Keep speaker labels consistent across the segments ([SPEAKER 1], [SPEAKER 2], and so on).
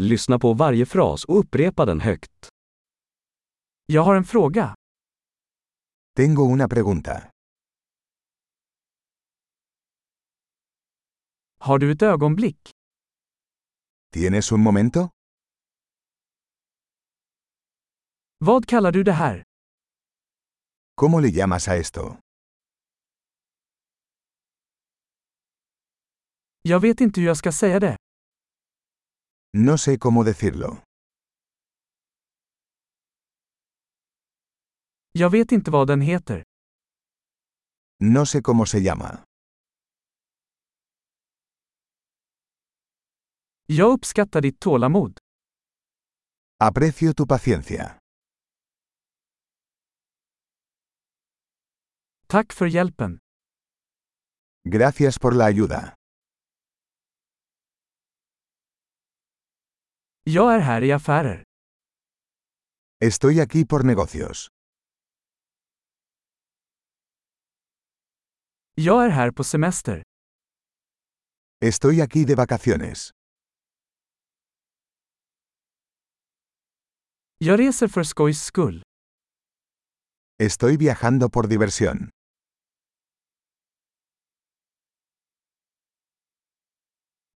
[SPEAKER 1] Lyssna på varje fras och upprepa den högt. Jag har en fråga.
[SPEAKER 2] Tengo una pregunta.
[SPEAKER 1] Har du ett ögonblick?
[SPEAKER 2] ¿Tienes un momento?
[SPEAKER 1] Vad kallar du det här?
[SPEAKER 2] ¿Cómo le llamas a esto?
[SPEAKER 1] Jag vet inte hur jag ska säga det.
[SPEAKER 2] No sé cómo decirlo.
[SPEAKER 1] Jag vet inte vad den heter.
[SPEAKER 2] No sé cómo se llama.
[SPEAKER 1] Jag uppskattar ditt tålamod.
[SPEAKER 2] Aprecio tu paciencia.
[SPEAKER 1] Tack för hjälpen.
[SPEAKER 2] Gracias por la ayuda.
[SPEAKER 1] Jag är här i affärer.
[SPEAKER 2] Estoy aquí por negocios.
[SPEAKER 1] Jag är här på semester.
[SPEAKER 2] Estoy aquí de vacaciones.
[SPEAKER 1] Jag reser för skojs skull.
[SPEAKER 2] Estoy viajando por diversión.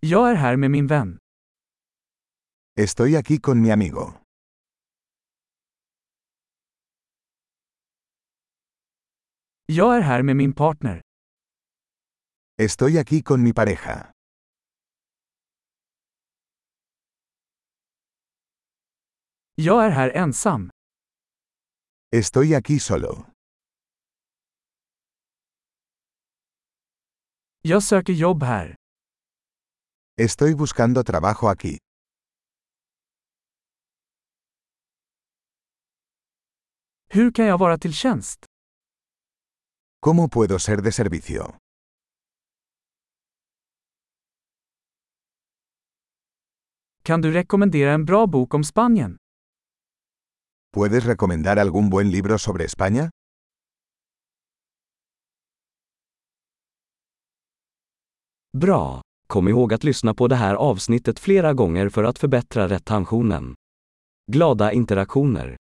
[SPEAKER 1] Jag är här med min vän.
[SPEAKER 2] Estoy aquí con mi amigo.
[SPEAKER 1] Jag är här med min partner.
[SPEAKER 2] Estoy aquí con mi pareja.
[SPEAKER 1] Jag är här ensam.
[SPEAKER 2] Estoy aquí solo.
[SPEAKER 1] Jag söker jobb här.
[SPEAKER 2] Estoy buscando trabajo aquí.
[SPEAKER 1] Hur kan jag vara till tjänst?
[SPEAKER 2] ¿Cómo puedo ser de servicio?
[SPEAKER 1] Kan du rekommendera en bra bok om Spanien?
[SPEAKER 2] ¿Puedes recomendar algún buen libro sobre España?
[SPEAKER 1] Bra! Kom ihåg att lyssna på det här avsnittet flera gånger för att förbättra retentionen. Glada interaktioner!